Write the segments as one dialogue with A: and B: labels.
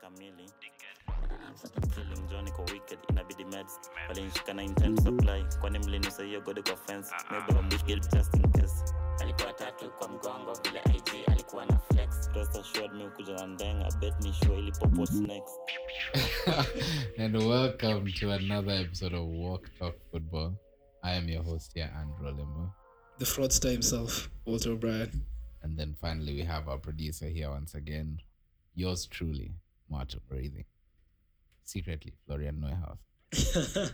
A: kamili feeling Johnny kwa wicked inabidi meds walinishika na intent supply kwani mlinisahia gode kwa fence maybe I'm wicked just in case alikuwa tatu kwa mgongo vile IG alikuwa na flex rest assured mi ukuja na ndeng I bet ni sure ili pop what's next
B: and welcome to another episode of Walk Talk Football. I am your host here, Andrew Limbo.
C: The fraudster himself, Walter O'Brien.
B: And then finally, we have our producer here once again, yours truly, Martin Breathing. Secretly, Florian Neuhaus.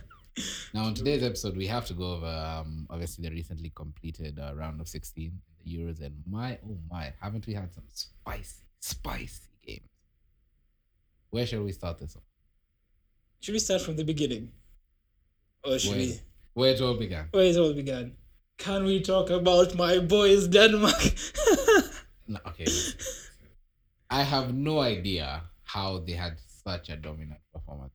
B: now, on today's episode, we have to go over um, obviously the recently completed uh, round of 16 in the Euros. And my, oh my, haven't we had some spicy, spicy games? Where shall we start this off?
C: Should we start from the beginning? Or should
B: Where,
C: we?
B: where it all began?
C: Where it all began? Can we talk about my boys, Denmark?
B: No, okay. listen. I have no idea how they had such a dominant performance.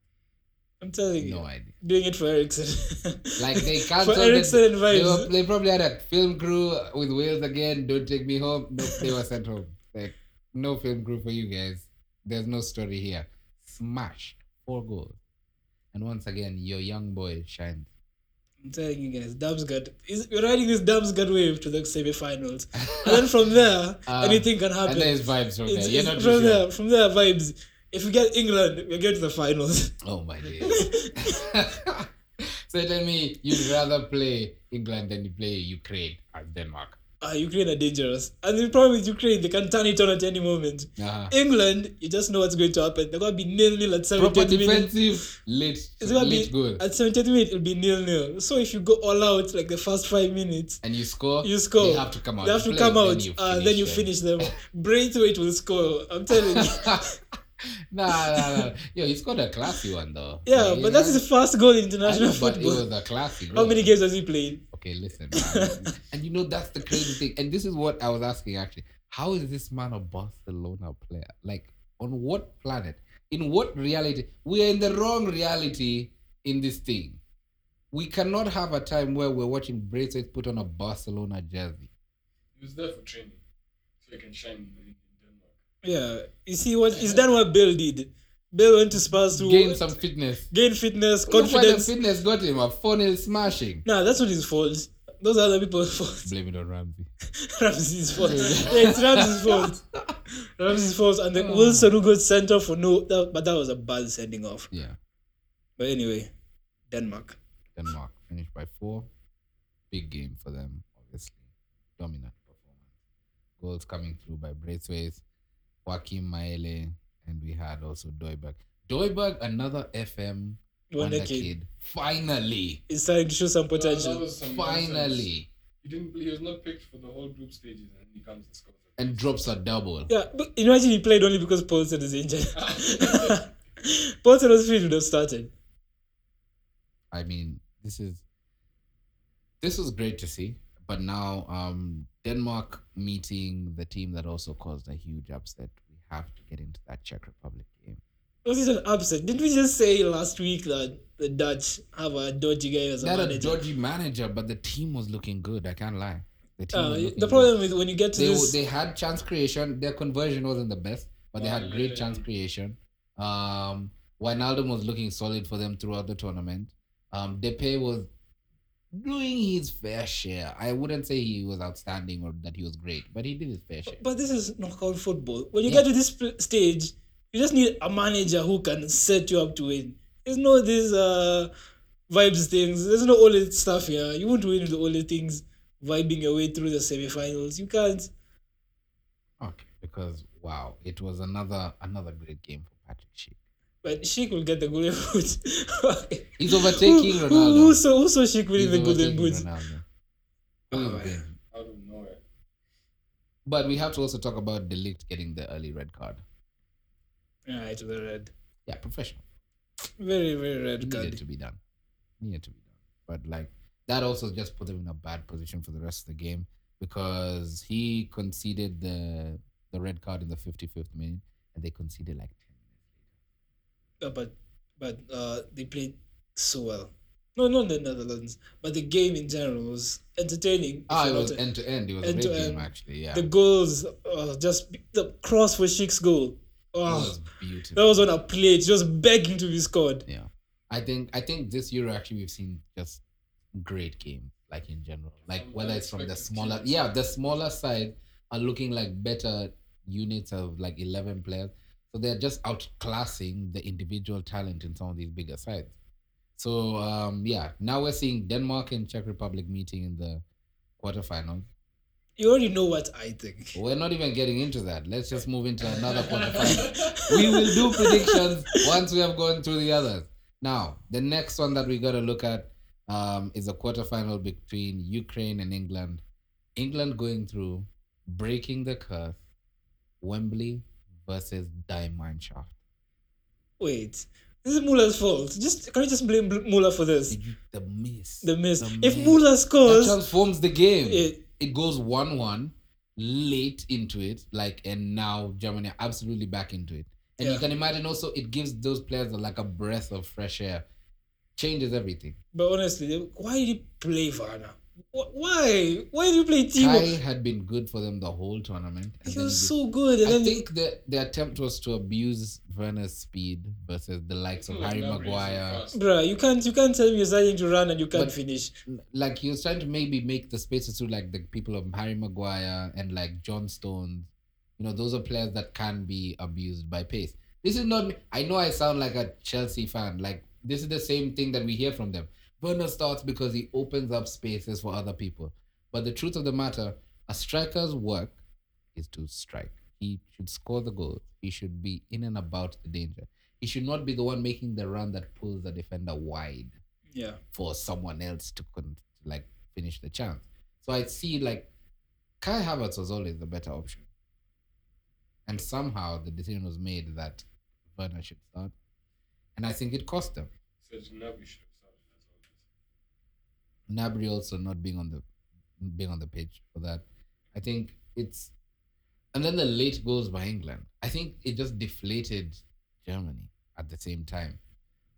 C: I'm telling
B: No
C: you.
B: idea.
C: Doing it for Ericsson.
B: Like they
C: For
B: cancelled. it.
C: Ericsson and
B: They,
C: vibes.
B: were, they probably had a film crew with Wales again. Don't take me home. Nope, they were sent home. Like no film crew for you guys. There's no story here. Smash four goals, and once again your young boy shines.
C: I'm telling you guys, Damsgaard. Is, we're riding this Damsgaard wave to the semi-finals, and then from there,
B: Uh,
C: anything can happen.
B: And there's vibes from
C: It's-
B: there. You're
C: it's
B: not too sure.
C: from there, from there, vibes. If we get England, we get to the finals.
B: Oh my days. so tell me, you'd rather play England than you play Ukraine as Denmark.
C: Ah, Ukraine are dangerous, and the problem with Ukraine, they can turn it on at any moment.
B: Uh-huh.
C: England, you just know what's going to happen. They're gonna be nil nil at
B: Proper
C: 78 minutes.
B: defensive, late,
C: It's gonna
B: late
C: be
B: goal.
C: at 78 minutes. It'll be nil nil. So if you go all out like the first five minutes,
B: And you score,
C: you score.
B: They have to come out.
C: They have
B: You
C: to
B: play,
C: come out.
B: Then you finish,
C: uh, then you finish them. Braithwaite will score. I'm telling you.
B: them. nah, nah, nah. Yo, he scored a classy one though.
C: Yeah,
B: Like,
C: but that's his first goal
B: I
C: in international
B: know, but it was
C: football.
B: a classy.
C: How
B: goal.
C: many games has he played?
B: Okay, listen. man. and you know that's the crazy thing. And this is what I was asking actually. How is this man a Barcelona player? Like on what planet? In what reality? We are in the wrong reality in this thing. We cannot have a time where we're watching bracelets put on a Barcelona jersey.
D: He was there for training, so he can shine in, in Denmark.
C: Yeah, you see what is that what Bale did? Bale went to Spurs to
B: Gain some fitness.
C: gain fitness,
B: Look what the
C: confidence.
B: fitness got him a 4 0 smashing.
C: Nah, that's not his fault. Those are other people's fault.
B: Blame it on Ramsey.
C: Ramsey's fault. yeah, it's Ramsey's fault. Ramsey's fault. And
B: Hmm.
C: then Wilson who got sent off for no, that, but that was a bad sending off.
B: Yeah.
C: But anyway, Denmark.
B: Denmark finished by four. Big game for them, obviously. Dominant performance. Goals coming through by Braithwaite, Joaquim Maele, and we had also Doiberg. Doiberg, another FM
C: Wonder
B: wonder
C: kid.
B: kid. Finally,
C: It's starting to show some
D: That
C: potential.
D: was some nonsense.
B: finally,
D: He didn't. He was not picked for the whole group stages, and he comes and scores.
B: and drops a double.
C: Yeah, but imagine he played only because Paulson is injured. Paulson was free to have started.
B: I mean, this is this was great to see. But now, um, Denmark meeting the team that also caused a huge upset. We have to get into that Czech Republic game.
C: Was it an upset? Didn't we just say last week that the Dutch have a dodgy guy as a
B: not a
C: manager?
B: dodgy manager, but the team was looking good. I can't lie. The team.
C: Uh,
B: was looking
C: the
B: good.
C: problem is when you get to
B: They,
C: this,
B: they had chance creation. Their conversion wasn't the best, but they had great chance creation. Um, Wijnaldum was looking solid for them throughout the tournament. Um, Depay was doing his fair share. I wouldn't say he was outstanding or that he was great, but he did his fair share.
C: but this is knockout football. When you
B: Yeah.
C: get to this pl- stage, you just need a manager who can set you up to win. There's no these uh, vibes things. There's no all that stuff here. You won't win with all the things vibing your way through the semifinals. You can't.
B: Okay, because wow, it was another another great game for Patrick Sheik.
C: But Sheik will get the golden boot.
B: He's overtaking
C: who,
B: Ronaldo.
C: Who, who saw, who saw Sheik winning
B: He's
C: the golden
B: overtaking
C: boot?
B: Ronaldo.
D: Oh,
B: Okay.
D: Out of nowhere.
B: But we have to also talk about Delict getting the early red card.
C: Yeah, it was a red.
B: Yeah, professional.
C: Very, very
B: It
C: red
B: needed
C: card.
B: to be done. Needed to be done. But like that also just put him in a bad position for the rest of the game because he conceded the the red card in the 55th minute and they conceded like 10 minutes.
C: Uh, but but uh, they played so well. No, not the Netherlands, but the game in general was entertaining. if
B: Ah, it
C: you
B: was
C: not-
B: end to end. It was a
C: end
B: great
C: to
B: game
C: end.
B: actually. Yeah.
C: the goals, uh, just the cross for Sheik's goal.
B: it
C: Oh,
B: was beautiful. to
C: That was on a plate, just begging to be scored.
B: Yeah, I think I think this Euro actually we've seen just great game, like in general, like
D: From
B: whether it's from the
D: unexpected
B: smaller,
D: teams.
B: yeah, the smaller side are looking like better units of like eleven players, so they're just outclassing the individual talent in some of these bigger sides. So um, yeah, now we're seeing Denmark and Czech Republic meeting in the quarterfinals.
C: You already know what I think.
B: We're not even getting into that. Let's just move into another quarterfinal. we will do predictions once we have gone through the others. Now, the next one that we got to look at um, is a quarterfinal between Ukraine and England. England going through, breaking the curse, Wembley versus Diamond Shaft.
C: Wait, this is Muller's fault. Just can we just blame Bl- Muller for this?
B: Did you, the miss.
C: The miss.
B: The
C: If
B: miss.
C: Muller
B: that
C: scores,
B: transforms the game.
C: It-
B: It, goes 1 1 late into it, like, and now Germany are absolutely back into it. And
C: Yeah.
B: you can imagine also it gives those players like a breath of fresh air, changes everything.
C: but honestly, they- why did you play Varna? Wh- Why? Why did you play
B: Kai
C: Timo?
B: had been good for them the whole tournament. and
C: He
B: then
C: was
B: they-
C: so good, and
B: I
C: then
B: think the, the attempt was to abuse Werner's speed versus the likes of Harry Maguire.
C: Bruh, you can't you can't tell me you're starting to run and you can't
B: But-
C: finish.
B: like he was trying to maybe make the spaces to like the people of Harry Maguire and like John Stones. You know, those are players that can be abused by pace. This is not. me- I know I sound like a Chelsea fan. Like this is the same thing that we hear from them. Werner starts because he opens up spaces for other people. But the truth of the matter, a striker's work is to strike. He should score the goal. He should be in and about the danger. He should not be the one making the run that pulls the defender wide
C: Yeah.
B: for someone else to con- like finish the chance. So I see like Kai Havertz was always the better option, and somehow the decision was made that Werner should start, and I think it cost them.
D: So it's not we should have started as always.
B: Nabri also not being on the being on the pitch for that. I think it's and then the late goals by England. I think it just deflated Germany at the same time.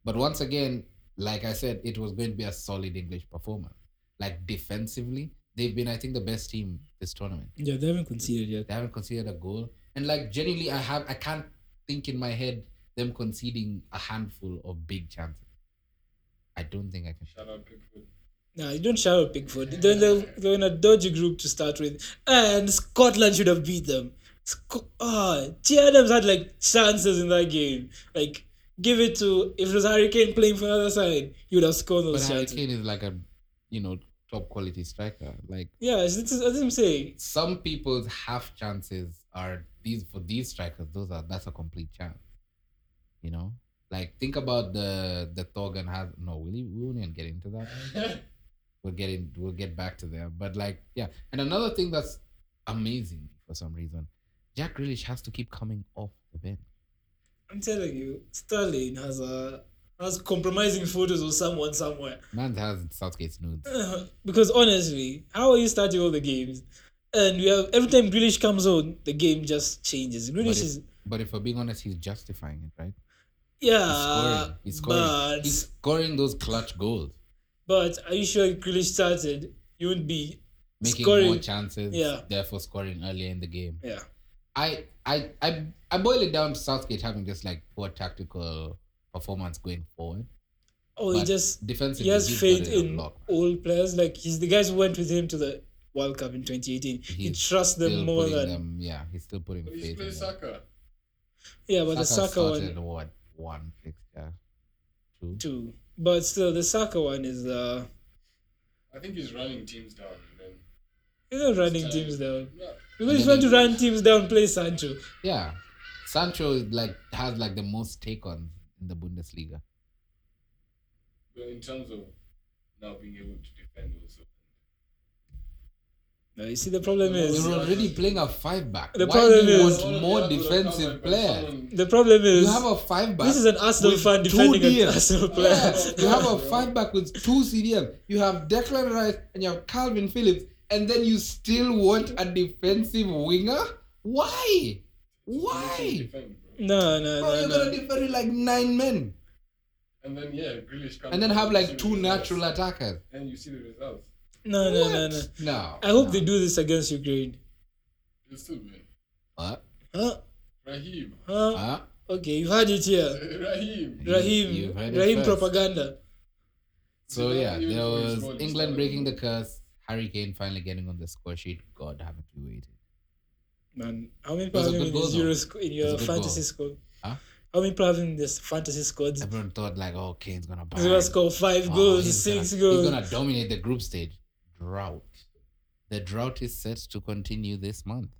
B: But once again, like I said, it was going to be a solid English performance. Like defensively, they've been I think the best team this tournament.
C: Yeah, they haven't conceded yet.
B: They haven't conceded a goal. And like genuinely I have I can't think in my head them conceding a handful of big chances. I don't think I can
D: Shout out Pickford.
C: Nah, you don't shout out Pickford. They're, they're, they're in a dodgy group to start with. And Scotland should have beat them. Sco- ah, T. Adams had like chances in that game. Like, give it to. If it was Harry Kane playing for another side, he would have scored
B: But
C: those
B: Harry
C: chances.
B: Kane is like a, you know, top quality striker. Like
C: Yeah, that's, that's what I'm saying.
B: some people's half chances are these for these strikers. Those are that's a complete chance. You know, like think about the the Thorgan has no. We we won't even get into that. we'll get in. We'll get back to there. But like yeah, and another thing that's amazing for some reason, Jack Grealish has to keep coming off the bench.
C: I'm telling you, Sterling has a. Has compromising photos of someone somewhere.
B: Man has Southgate's nudes.
C: because honestly, how are you starting all the games? And we have every time Grealish comes on, the game just changes.
B: But
C: Grealish is
B: if, but if we're being honest, he's justifying it, right? He's
C: yeah,
B: scoring. He's scoring.
C: Uh, but
B: He's scoring those clutch goals,
C: but are you sure if Grealish started? You wouldn't be
B: making more
C: scoring.
B: chances,
C: Yeah.
B: therefore scoring earlier in the game.
C: Yeah,
B: I, I, I, I boil it down to Southgate having just like poor tactical performance going forward.
C: or Oh, he
B: But
C: just
B: defensively,
C: he has
B: he's
C: faith
B: got it
C: in
B: unlocked.
C: all players. Like he's the guys who went with him to the World Cup in 2018. he
B: He's
C: trusts them
B: Still
C: more
B: putting
C: than
B: them, yeah, he's still putting
D: But he's
B: faith.
D: playing
B: in them.
D: soccer.
C: yeah, but the
B: Saka
C: Saka one
B: started, what one fixture, two.
C: too. But still, the Saka one is uh,
D: I think he's running teams down and then.
C: he's not running
D: Saka-
C: teams down.
D: Yeah.
C: Because he's trying to run teams down, play Sancho.
B: Yeah, Sancho is like has like the most take ons in the Bundesliga.
D: But in terms of now being able to defend also.
C: No, you see, the problem is
B: You're already playing a five back.
C: The
B: Why do
C: problem
B: you
C: is-
B: want more
D: Someone will
B: defensive
D: come and- but
B: players?
D: someone-
C: the problem is
B: You have a five back.
C: this is an Arsenal
B: with
C: fan
B: two
C: defending an
B: DMs.
C: Arsenal player.
B: Yeah, you have a five back with two CDMs. You have Declan Rice and you have Calvin Phillips, and then you still want a defensive winger? Why? Why?
D: Defend, bro.
C: No, no,
B: Bro,
C: no,
B: you're
C: no.
B: gonna defend with like nine men,
D: And then yeah, Grealish comes.
B: and then
D: on,
B: have
D: you see
B: like
D: the
B: two
D: results.
B: natural attackers.
D: And you see the results.
C: No, no, no, no.
B: What? No.
C: I hope
B: no.
C: they do this against Ukraine.
D: You still win.
B: What?
C: Huh?
D: Raheem.
C: Huh?
B: Huh?
C: Okay, you've had it here.
D: Raheem.
B: Uh, You-
C: Raheem,
B: you've heard it
C: Raheem
B: first.
C: propaganda.
B: So
D: Yeah,
B: yeah,
D: you
B: there
D: know, it's
B: was
D: all just
B: England
D: like-
B: breaking the curse. Harry Kane finally getting on the score sheet. God, haven't we waited?
C: Man, how
B: was
C: many people
B: a
C: have him
B: good
C: in
B: goal,
C: his
B: though.
C: Euro sc- in
B: was a
C: your
B: good
C: fantasy
B: goal.
C: squad?
B: Huh?
C: How many people have him in this fantasy squad?
B: Everyone thought like, oh, Kane's gonna buy.
C: He's gonna score five
B: Oh,
C: goals,
B: he's
C: 6
B: gonna,
C: goals.
B: He's gonna dominate the group stage. Drought. The drought is set to continue this month.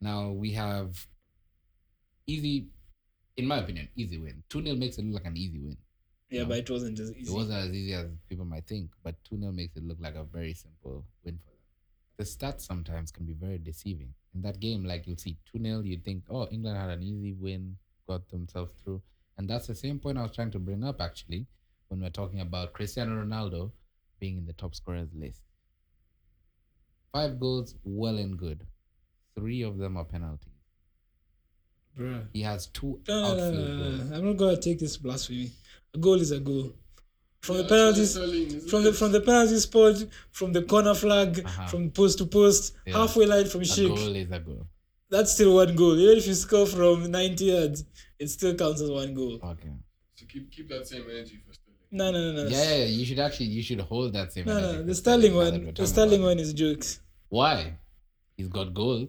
B: now we have easy, in my opinion, easy win. 2 0 makes it look like an easy win.
C: yeah,
B: No.
C: but it wasn't as easy.
B: It wasn't as easy as people might think, but 2 0 makes it look like a very simple win for them. The stats sometimes can be very deceiving. In that game, like you'll see 2 0, you'd think, oh, England had an easy win, got themselves through. And that's the same point I was trying to bring up, actually, when we're talking about Cristiano Ronaldo being in the top scorers list. Five goals, well and good. Three of them are penalties.
C: Bruh.
B: He has two
C: No, no, no,
B: outfield
C: no, no,
B: goals.
C: no. Ah, I'm not gonna take this blasphemy. A goal is a goal. From the
D: Yeah,
C: penalties,
D: Sterling, isn't
C: from the
D: it?
C: from the penalty spot, from the corner flag,
B: Uh-huh.
C: from post to post,
B: Yeah.
C: halfway line from
B: A
C: Sheikh.
B: goal is a goal.
C: That's still one goal. Even if you score from 90 yards, it still counts as one goal.
B: Okay.
D: So keep keep that same energy for Sterling.
C: No, no, no, no.
B: Yeah, yeah, you should actually you should hold that same.
C: No,
B: energy
C: no,
B: for
C: the Sterling
B: now that
C: one,
B: we're
C: the
B: talking
C: Sterling
B: about it.
C: one is jokes.
B: Why? He's got goals.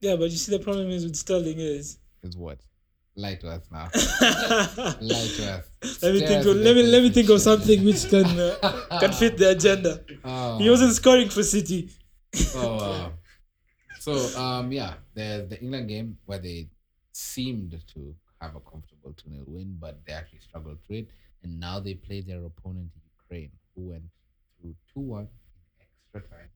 C: Yeah, but you see, the problem is with Sterling is.
B: Is what? Lie to us now.
C: let
B: Lie to us.
C: me
B: Stare
C: think
B: us
C: of
B: in
C: let
B: the
C: me let me
B: face
C: think
B: and
C: of
B: shit.
C: something which can uh, can fit the agenda.
B: Oh,
C: He wasn't scoring for City.
B: oh, wow. So um yeah, there's the England game where they seemed to have a comfortable 2 0 win, but they actually struggled through it. And now they play their opponent Ukraine, who went through 2 1 in extra time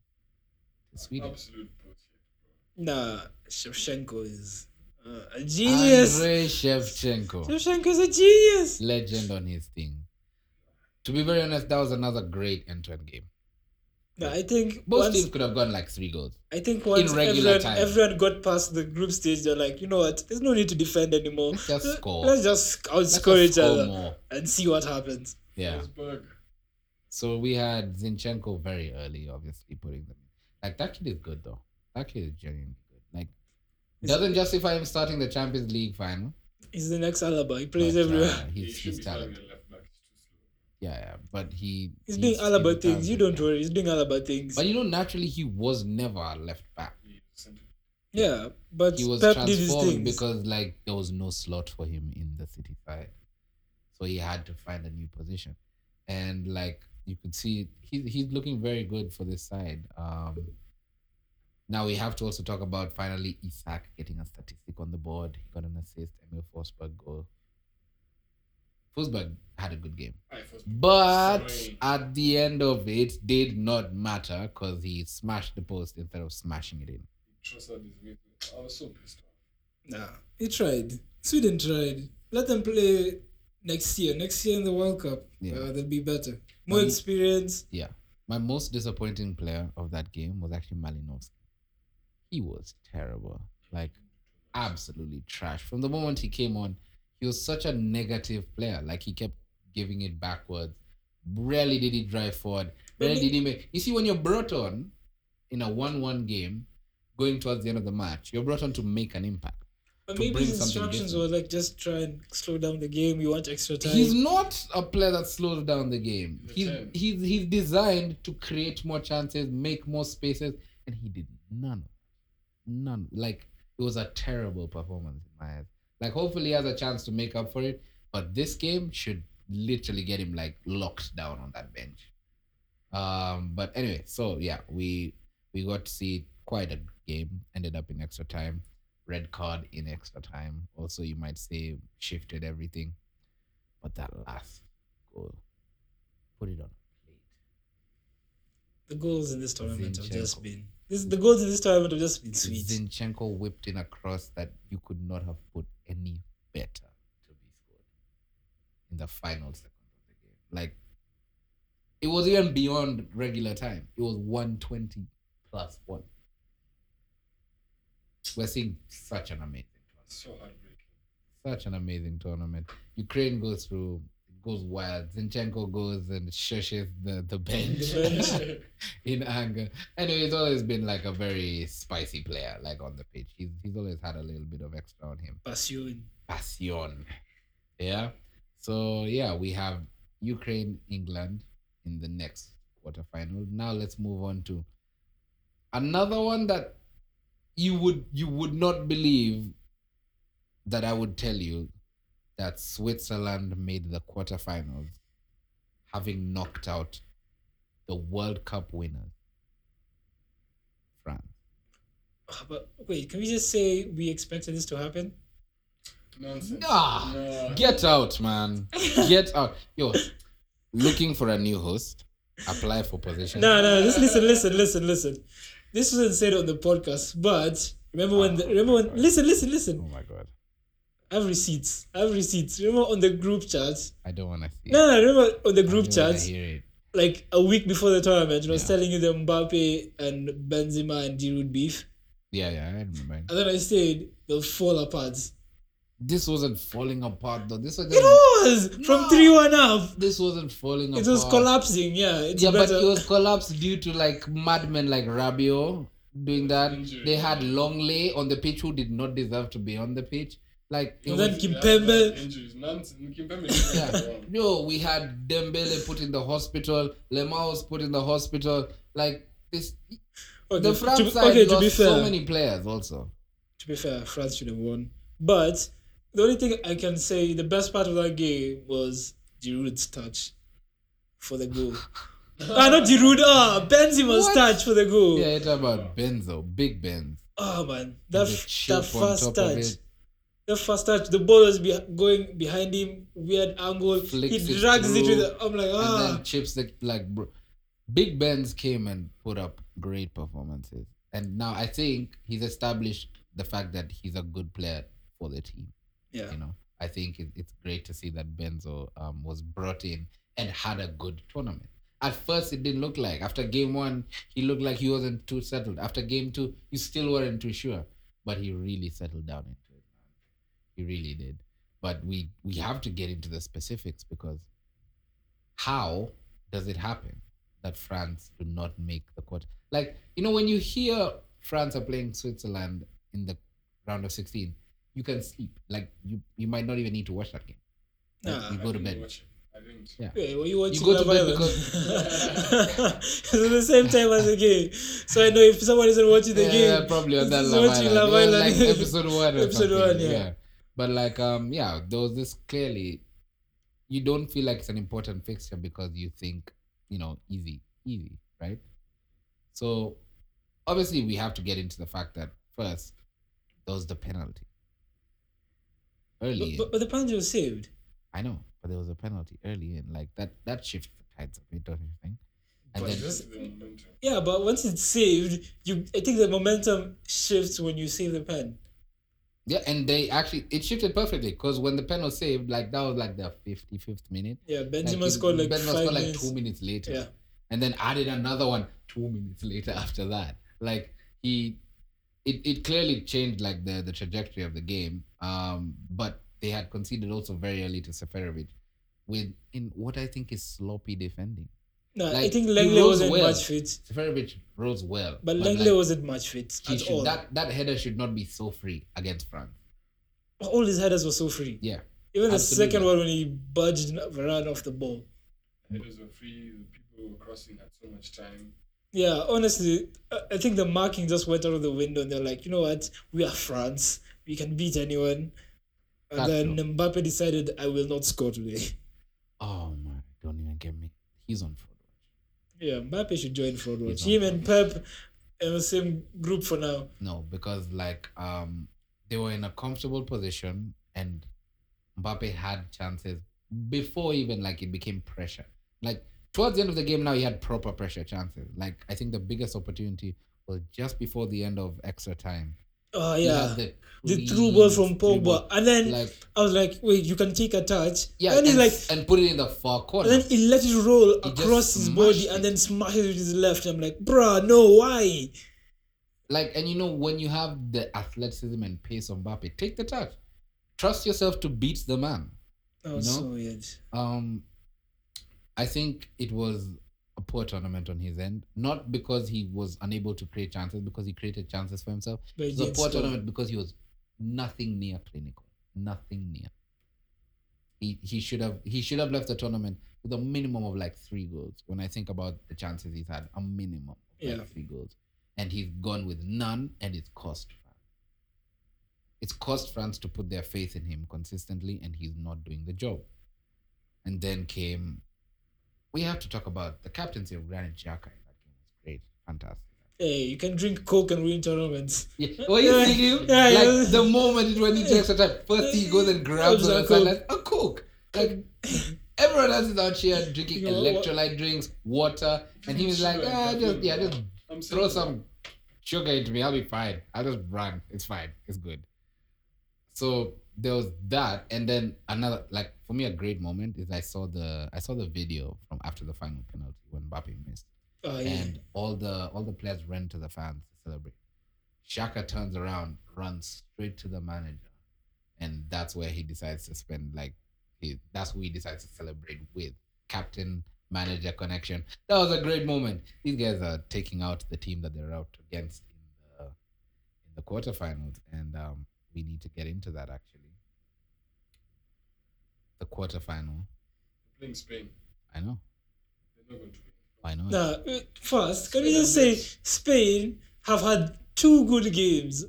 B: to Sweden.
D: Absolute bullshit.
C: Nah, Shevchenko is uh, a genius.
B: Andrei Shevchenko.
C: Shevchenko is a genius.
B: legend on his thing. To be very honest, that was another great end-to-end game.
C: No, I think
B: Both
C: once
B: teams could have gone like three goals.
C: I think once
B: regular
C: everyone,
B: time.
C: everyone got past the group stage, they're like, you know what? There's no need to defend anymore.
B: Let's just score.
C: Let's just
B: Let's
C: outscore
B: just
C: each
B: score
C: other
B: more.
C: and see what happens.
B: Yeah.
D: Forsberg.
B: So we had Zinchenko very early, obviously putting them. Like that kid is good though. That kid is genuinely good. Like doesn't justify him starting the Champions League final.
C: He's the next Alaba. He plays
B: But,
C: everywhere.
B: uh,
D: He
B: he's,
D: should
B: he's
D: be starting
B: talented.
D: at left back. He's too slow.
B: Yeah, yeah. But he
C: He's doing Alaba
B: about
C: things. You don't worry. He's doing Alaba things.
B: But you know, naturally he was never a left back.
D: He sent it-
C: yeah, but
B: he was
C: Pep did his
B: transformed
C: things.
B: because like there was no slot for him in the city side so he had to find a new position and like you could see he's, he's looking very good for this side um now we have to also talk about finally Isak getting a statistic on the board he got an assist Emil Forsberg goal Forsberg had a good game
D: Aye, Forsberg.
B: but
D: Sorry.
B: at the end of it did not matter because he smashed the post instead of smashing it in
D: Trossard is with. I was so pissed off.
C: Nah, he tried. Sweden tried. Let them play next year. Next year in the World Cup,
B: Yeah.
C: uh, they'll be better. More
B: Um,
C: experience.
B: Yeah. My most disappointing player of that game was actually Malinowski. He was terrible. Like, absolutely trash. From the moment he came on, he was such a negative player. Like, he kept giving it backwards. Rarely did he drive forward. Rarely did he make. You see, when you're brought on in a 1 1 game, going towards the end of the match, you're brought on to make an impact.
C: But
B: to
C: maybe
B: bring
C: his
B: something
C: instructions were
B: different.
C: like just try and slow down the game. You want extra time.
B: He's not a player that slows down the game.
D: The
B: He's,
D: ten.
B: he's he's designed to create more chances, make more spaces, and he did none. None. Like it was a terrible performance in my eyes. Like hopefully he has a chance to make up for it, but this game should literally get him like locked down on that bench. Um, but anyway, so yeah, we we got to see quite a game. Ended up in extra time, red card in extra time. Also, you might say shifted everything, but that last goal, put it on a plate.
C: the goals in this tournament have just
B: Zinchenko.
C: been. This, the goals in this tournament have just been sweet.
B: Zinchenko whipped in a cross that you could not have put any better to be scored in the final second of the game. Like it was even beyond regular time. It was 120 plus one. We're seeing such an amazing tournament.
D: So heartbreaking.
B: Such an amazing tournament. Ukraine goes through it goes wild. Zinchenko goes and shushes the, the bench
C: bench.
B: in anger. Anyway, he's always been like a very spicy player, like on the pitch. He's, he's always had a little bit of extra on him
C: Passion.
B: passion. Yeah. So yeah, we have Ukraine, England in the next quarterfinal. Now let's move on to another one that you would you would not believe that I would tell you that Switzerland made the quarterfinals having knocked out the World Cup winners. France.
C: Ah, But wait, can we just say we expected this to happen?
D: Nonsense.
B: Nah.
D: No.
B: Get out, man. Get out. Yo, looking for a new host. Apply for position.
C: No, no, listen, listen, listen, listen, listen. This wasn't said on the podcast, but remember when? The, remember when? Listen, listen,
B: Oh
C: listen.
B: my god.
C: I have receipts. I have receipts. Remember on the group chat?
B: I don't want to see it.
C: No, no, remember on the
B: I
C: group
B: don't
C: chat?
B: wanna hear it.
C: like a week before the tournament, I was
B: Yeah.
C: telling you the Mbappe and Benzema and Giroud beef,
B: Yeah, yeah, I remember.
C: and then I said they'll fall apart.
B: This wasn't falling apart though. This was
C: It was
B: No.
C: from three one up.
B: this wasn't falling apart.
C: It was collapsing. Yeah, it's
B: Yeah, but
C: better.
B: it was collapsed due to like madmen like Rabio doing that.
D: Injury.
B: They had Longley on the pitch who did not deserve to be on the pitch. Like it
C: And
B: was
C: then
D: Yeah,
C: Kimpembe.
D: Injuries. Nonsense. Kimpembe is
B: Yeah.
D: wrong.
B: Yo, we had Dembele put in the hospital, Lemar was put in the hospital. Like this,
C: okay,
B: the France
C: to, be-
B: side
C: okay, to
B: lost
C: be fair,
B: so many players also.
C: to be fair, France should have won. But the only thing I can say, the best part of that game was Giroud's touch for the goal. ah, not Giroud. Ah, Benzema's
B: What?
C: touch for the goal.
B: Yeah, it's about Benzo, Big Benz.
C: Oh man, that
B: The
C: that
B: chip on
C: first
B: top of
C: touch.
B: it.
C: The first touch, the ball was be- going behind him, weird angle.
B: Flicks
C: he
B: it
C: drags it,
B: through,
C: with the. I'm like,
B: And
C: ah.
B: then chips the, like bro, Big Benz came and put up great performances. And now I think he's established the fact that he's a good player for the team.
C: Yeah.
B: You know, I think it, it's great to see that Benzo um, was brought in and had a good tournament. At first, it didn't look like. After game one, he looked like he wasn't too settled. After game two, you still weren't too sure. But he really settled down into it. man. He really did. But we we have to get into the specifics because how does it happen that France do not make the quarter? Like, you know, when you hear France are playing Switzerland in the round of 16, you can sleep. Like, you, you might not even need to watch that game. Like,
C: Nah,
B: you
D: I
B: go to
D: didn't
B: bed.
D: watch it. I didn't.
B: Yeah.
C: Wait, were you watching
B: go to
C: Love
B: bed
C: Island? it's at the same time as the game, so I know if someone isn't watching the
B: yeah,
C: game,
B: probably on that
C: he's
B: Love
C: watching
B: Island.
C: Love
B: Yeah,
C: Island.
B: like episode one. Or
C: Episode
B: something.
C: one, yeah.
B: But like, um, yeah, there was this clearly. You don't feel like it's an important fixture because you think, you know, easy, easy, right? So, obviously, we have to get into the fact that first, there was the penalty. Early,
C: but,
B: in,
C: but, but the penalty was saved.
B: I know, but there was a penalty early in, like that. That shifts the tides a bit, don't you think? And
D: But
B: then,
D: just the momentum.
C: Yeah, but once it's saved, you I think the momentum shifts when you save the pen.
B: yeah, and they actually it shifted perfectly because when the pen was saved, like that was like the fifty-fifth minute.
C: Yeah, Benzema
B: it-
C: scored like
B: Benzema
C: five
B: scored like
C: minutes.
B: two minutes later,
C: Yeah.
B: and then added another one two minutes later after that. Like he, it, it clearly changed like the the trajectory of the game. Um, but they had conceded also very early to Seferovic, with in what I think is sloppy defending.
C: No, I
B: Like,
C: think
B: he
C: Langley
B: rose
C: wasn't
B: well.
C: much fit,
B: Seferovic rose well,
C: but, Langley
B: like,
C: wasn't much fit
B: he
C: at
B: should-
C: all.
B: that that header should not be so free against France.
C: all his headers were so free.
B: Yeah.
C: Even the
B: Absolutely.
C: second one when he budged Varane off the ball.
D: Headers were free. The people were crossing at so much time.
C: Yeah, honestly, I- I think the marking just went out of the window, and they're like, you know what? We are France. We can beat anyone. And
B: That's
C: then Mbappe decided, I will not score today.
B: Oh my! Don't even get me. He's on fraud.
C: Yeah, Mbappe should join fraud watch.
B: He's
C: Him and Pep in the same group for now.
B: No, because like um they were in a comfortable position and Mbappe had chances before even like it became pressure. Like towards the end of the game now he had proper pressure chances. Like I think the biggest opportunity was just before the end of extra time.
C: Oh,
B: He
C: yeah.
B: had the,
C: The through ball from
B: clean through
C: Pogba.
B: ball.
C: And then
B: Like
C: I was like, wait, you can take a touch.
B: yeah,
C: and
B: and,
C: he's like,
B: and put it in the far corner.
C: and then he let it roll
B: just
C: across his body
B: smashed
C: and
B: it.
C: then smashed it with his left. I'm like, bruh, no, why?
B: Like, and you know, when you have the athleticism and pace of Mbappe, take the touch. Trust yourself to beat the man.
C: That was
B: No.
C: so weird.
B: Um, I think it was a poor tournament on his end, not because he was unable to create chances, because he created chances for himself.
C: But
B: It
C: he
B: was a
C: did
B: poor
C: score.
B: tournament because he was nothing near clinical, nothing near. He he should have he should have left the tournament with a minimum of like three goals. When I think about the chances he's had, a minimum of
C: Yeah.
B: like three goals, and he's gone with none, and it's cost France. It's cost France to put their faith in him consistently, and he's not doing the job. And then came, we have to talk about the captaincy of Granit Xhaka. in That game was great, fantastic.
C: Hey, you can drink Coke and win tournaments.
B: Yeah. Were you
C: Yeah,
B: thinking
C: yeah,
B: like
C: yeah.
B: the moment it went into extra time, first he goes and grabs
C: Grabs a
B: on the sideline a coke. Like everyone else is out here drinking
C: You know, what-
B: electrolyte drinks, water, and he was like,
D: Sure,
B: ah,
D: I
B: just
D: feel
B: yeah,
D: that.
B: just
D: I'm
B: throw
D: saying-
B: some sugar into me. I'll be fine. I'll just run. It's fine. It's good. So there was that, and then another like for me a great moment is I saw the I saw the video from after the final penalty when Mbappe missed
C: Oh yeah.
B: and all the all the players ran to the fans to celebrate. Shaka turns around, runs straight to the manager, and that's where he decides to spend like he, that's who he decides to celebrate with captain manager connection. That was a great moment. These guys are taking out the team that they're out against in the in the quarterfinals, and um, we need to get into that actually. The quarterfinal,
D: Playing Spain.
B: I know,
D: They're not going to win.
B: I know.
C: Nah, uh, first, can we
D: Spain
C: just
D: and
C: say Spain have had two good games,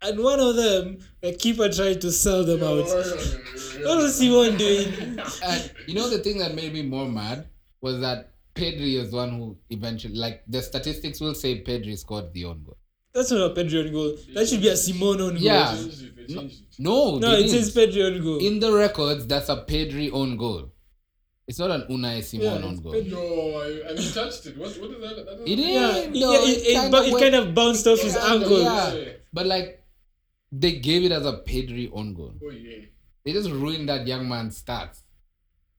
C: and one of them the keeper tried to sell them out. What was Simon doing?
B: And you know the thing that made me more mad was that Pedri is the one who eventually, like the statistics will say, Pedri scored the own goal.
C: That's not a Pedri on goal. That should be a Simon on goal.
B: Yeah.
D: They changed it. They changed it.
B: No,
C: No,
B: they
C: it
B: didn't.
C: says Pedri on goal.
B: in the records. That's a Pedri own goal. It's not an Unai Simon
C: Yeah,
B: own
C: it's
B: goal.
C: Pedri.
D: No, I, I mean, he touched it. What, what is that? that
B: It is.
C: yeah,
B: no,
C: yeah, it, it,
B: kinda
C: bu- it
B: went-
C: kind of bounced off his
D: Yeah, no,
C: ankle.
B: Yeah, but like they gave it as a Pedri own goal.
D: Oh, yeah.
B: They just ruined that young man's stats.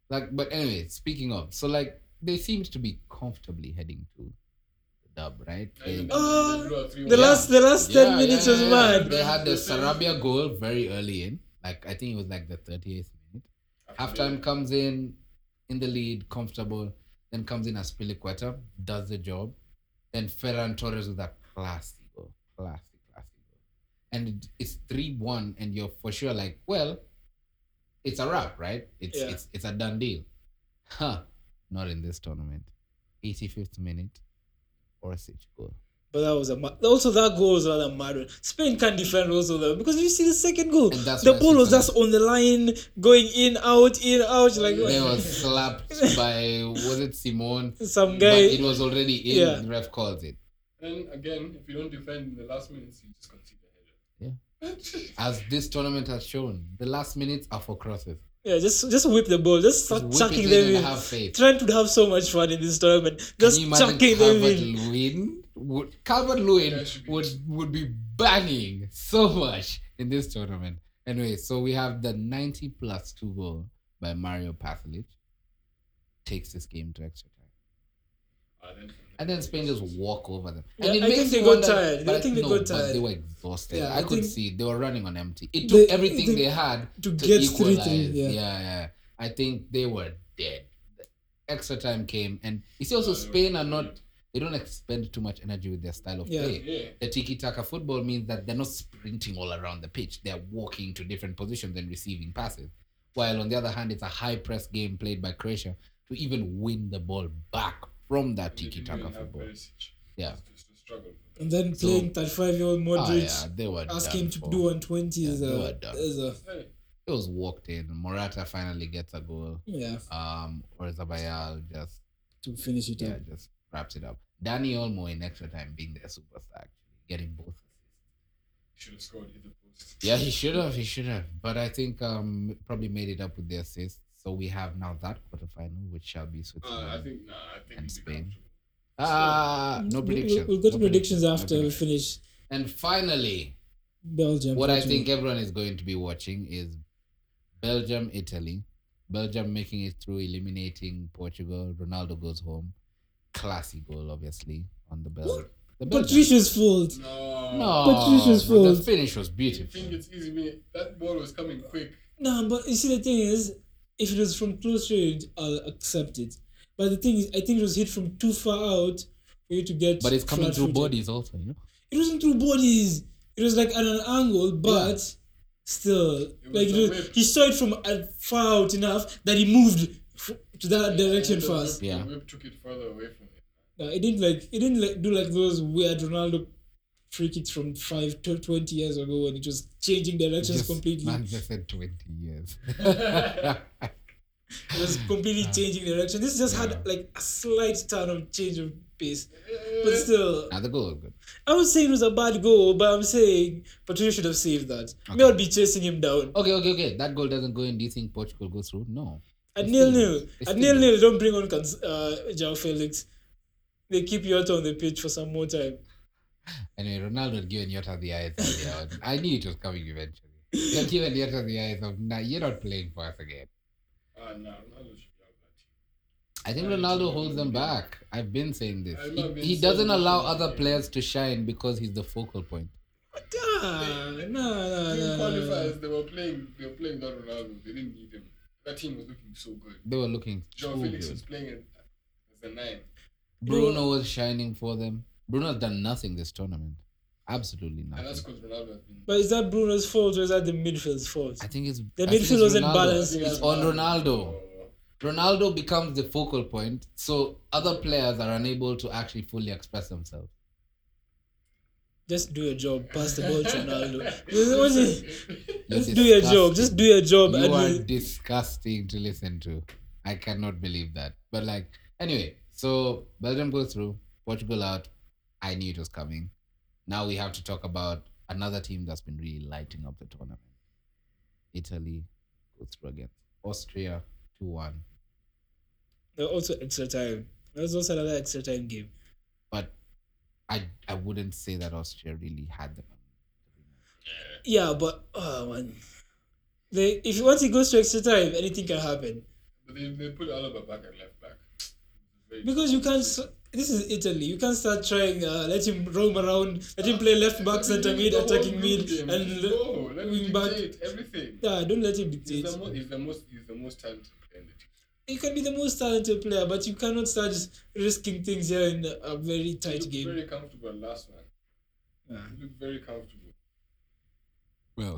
B: Like, but anyway, speaking of, so like they seemed to be comfortably heading to the dub, right?
D: I mean,
B: They-
C: Ah,
D: they drew a 3-1.
C: The last, the last ten
B: Yeah,
C: minutes
B: yeah,
C: was
B: yeah, yeah.
C: mad.
B: They had the Sarabia goal very early in. Like I think it was like the 38th minute. Halftime comes in, in the lead, comfortable. Then comes in Aspilicueta, does the job. Then Ferran Torres with a classy goal, classy, classy goal. And it, it's three one, and you're for sure like, well, it's a wrap, right? It's
C: Yeah.
B: it's it's a done deal. Huh? Not in this tournament. 85th minute, Orsic goal.
C: But that was a mad. Also, that goal was rather mad. one. Spain can't defend also though because you see the second goal,
B: And that's
C: the
B: why
C: ball was
B: Spain-
C: just on the line, going in, out, in, out, like
B: they were slapped by was it Simone?
C: some
B: But
C: guy.
B: it was already in.
C: Yeah.
B: The ref calls it.
D: And again, if you don't defend in the last minutes, you just concede a header. Yeah.
B: As this tournament has shown, the last minutes are for crosses.
C: Yeah, just just whip the ball, just start
B: Just whip
C: chucking
B: it
C: them
B: in
C: in.
B: and have faith.
C: Trying to have so much fun in this tournament, just
B: Can you imagine
C: chucking them
B: Calvert
C: in.
B: Lewin? Would Calvert
D: Yeah,
B: Lewin
D: should be-
B: would would be banging so much in this tournament. Anyway, so we have the 90 plus two goal by Mario Pasalic. Takes this game to extra time.
D: Ah, then from
B: And then Spain just walk over them.
C: Yeah,
B: and it
C: I
B: makes
C: think they
B: me
C: got
B: wonder-
C: tired.
B: but
C: I think they
B: no,
C: got
B: but
C: tired.
B: They were exhausted.
C: Yeah,
B: I,
C: I
B: could
C: think-
B: see they were running on empty. It
C: They-
B: took everything
C: they-
B: they, had
C: to get through to-
B: equalize.
C: yeah.
B: yeah, yeah. I think they were dead. Extra time came, and you see, also
D: Yeah, they were
B: Spain are
D: dead.
B: not. They don't expend too much energy with their style of
C: Yeah.
B: play.
D: there. Yeah.
B: The tiki taka football means that they're not sprinting all around the pitch. They're walking to different positions and receiving passes. While on the other hand, it's a high press game played by Croatia to even win the ball back from that
D: And they
B: tiki
D: didn't
B: taka
D: even have
B: football.
D: Perisic.
B: Yeah.
D: Just to struggle for that.
C: And then
B: So-
C: playing that five-year-old
B: Ah,
C: Modric,
B: yeah, they were
C: asking him
B: done
C: to
B: for.
C: do 120 is
B: Yeah, they were
C: a,
B: done.
C: is a
D: Hey,
B: It was walked in. Morata finally gets a goal.
C: yeah
B: Um, or Zabayal just
C: to finish it
B: yeah
C: up.
B: just wraps it up. Danny Olmo in extra time being their superstar, actually getting both assists.
D: should have scored hit the post.
B: Yeah, he should have. He should have. But I think um probably made it up with the assist. So we have now that quarterfinal, which shall be Switzerland.
D: Uh, I think, nah, I think
B: And
D: it'd be
B: Spain.
D: comfortable.
B: Ah, no
C: We- we-
B: predictions.
C: We'll go to
B: No
C: predictions
B: no
C: after we
B: predictions.
C: finish
B: And finally,
C: Belgium.
B: what I
C: Portugal.
B: think everyone is going to be watching is Belgium, Italy. Belgium making it through, eliminating Portugal. Ronaldo goes home. Classy goal, obviously, on the bell.
C: What?
B: The Belgium.
C: Patricia's fault.
D: No.
B: No,
C: Patricia's
B: but the
C: fault.
B: finish was
D: You
B: beautiful.
D: think it's easy? man. That ball was coming quick.
C: No, but you see, the thing is, if it was from close range, I'll accept it. But the thing is, I think it was hit from too far out for you to get.
B: But it's coming through
C: flat-footed.
B: bodies also, you know?
C: It wasn't through bodies. It was like at an angle, but still, like
D: was
C: it
D: a
C: was,
D: whip.
C: he saw it from uh, far out enough that he moved f- to that direction
D: And the
C: fast.
D: whip-
B: Yeah.
D: The whip took it further away from it.
C: No, it didn't like it didn't like do like those weird Ronaldo free kicks from five to twenty years ago when it was changing directions
B: Just-
C: completely.
B: Man just said 20 years.
C: It was completely changing direction. This just had like a slight turn of change of pace. But still,
B: now the goal was good.
C: I would say it was a bad goal, but I'm saying Patricia should have saved that. May I'd be chasing him down.
B: Okay, okay, okay. That goal doesn't go in. Do you think Portugal goes through? No.
C: At
B: They
C: nil
B: still
C: nil.
B: lose. They
C: At
B: still
C: nil
B: lose.
C: nil, don't bring on Cans- uh, João Felix. They keep you out on the pitch for some more time.
B: Anyway, Ronaldo had given Yota the eyes earlier on. I knew it was coming eventually. He had given Yota the eyes of, nah, you're not playing for us again.
D: Ah, nah, Ronaldo should have that team.
B: I think
D: Yeah, it's
B: Ronaldo
D: not
B: holds
D: gonna
B: them
D: be.
B: back. I've been saying this.
D: I
B: He,
D: love being
B: he
D: so
B: doesn't allow
D: emotional.
B: other players to shine because he's the focal point.
C: Ah, no, no,
D: During
C: no, no, no.
D: qualifiers, they were playing. They were playing not Ronaldo. They didn't need him. That team was looking so good.
B: They were looking
D: Joe
B: too
D: Felix
B: good.
D: was playing as as a nine.
B: Bruno was shining for them. Bruno has done nothing this tournament. Absolutely
D: And that's
B: nothing.
D: because Ronaldo has been.
C: But is that Bruno's fault or is that the midfield's fault?
B: I think it's
C: The
B: I think it's
C: midfield wasn't
B: Ronaldo.
D: I
C: balanced.
D: think
B: It's
D: that's
B: on
D: why-
B: Ronaldo.
D: Oh,
B: Ronaldo becomes the focal point, so other players are unable to actually fully express themselves.
C: Just do your job. Pass the ball to Ronaldo. Just- what is-
B: You're
C: Just do your job.
B: disgusting.
C: Just do your job.
B: you are
C: And
B: disgusting to listen to. I cannot believe that. But like anyway, so Belgium goes through, Portugal out. I knew it was coming. Now we have to talk about another team that's been really lighting up the tournament. Italy goes through again. Austria two one.
C: there were also extra time. There was also another extra time game.
B: But I I wouldn't say that Austria really had them.
C: Yeah, but oh man, they, if once it goes to extra time, anything can happen
D: But they, they put Alaba back and left back. Very-
C: because you can't. s- This is Italy. You can't start trying. Uh, let him roam around. Let him play left
D: Let
C: back,
D: him
C: centre
D: do
C: mid,
D: the whole
C: attacking
D: group
C: mid,
D: game.
C: and
D: Go, let him
C: wing back.
D: dictate everything.
C: Yeah, don't let him dictate.
D: He's the, mo- he's the most. He's the most talented player in the team.
C: You can be the most talented player, but you cannot start just risking things here in a very
D: He
C: tight
D: looked
C: game. Ah.
D: very comfortable at last one. He looked very comfortable.
B: Well,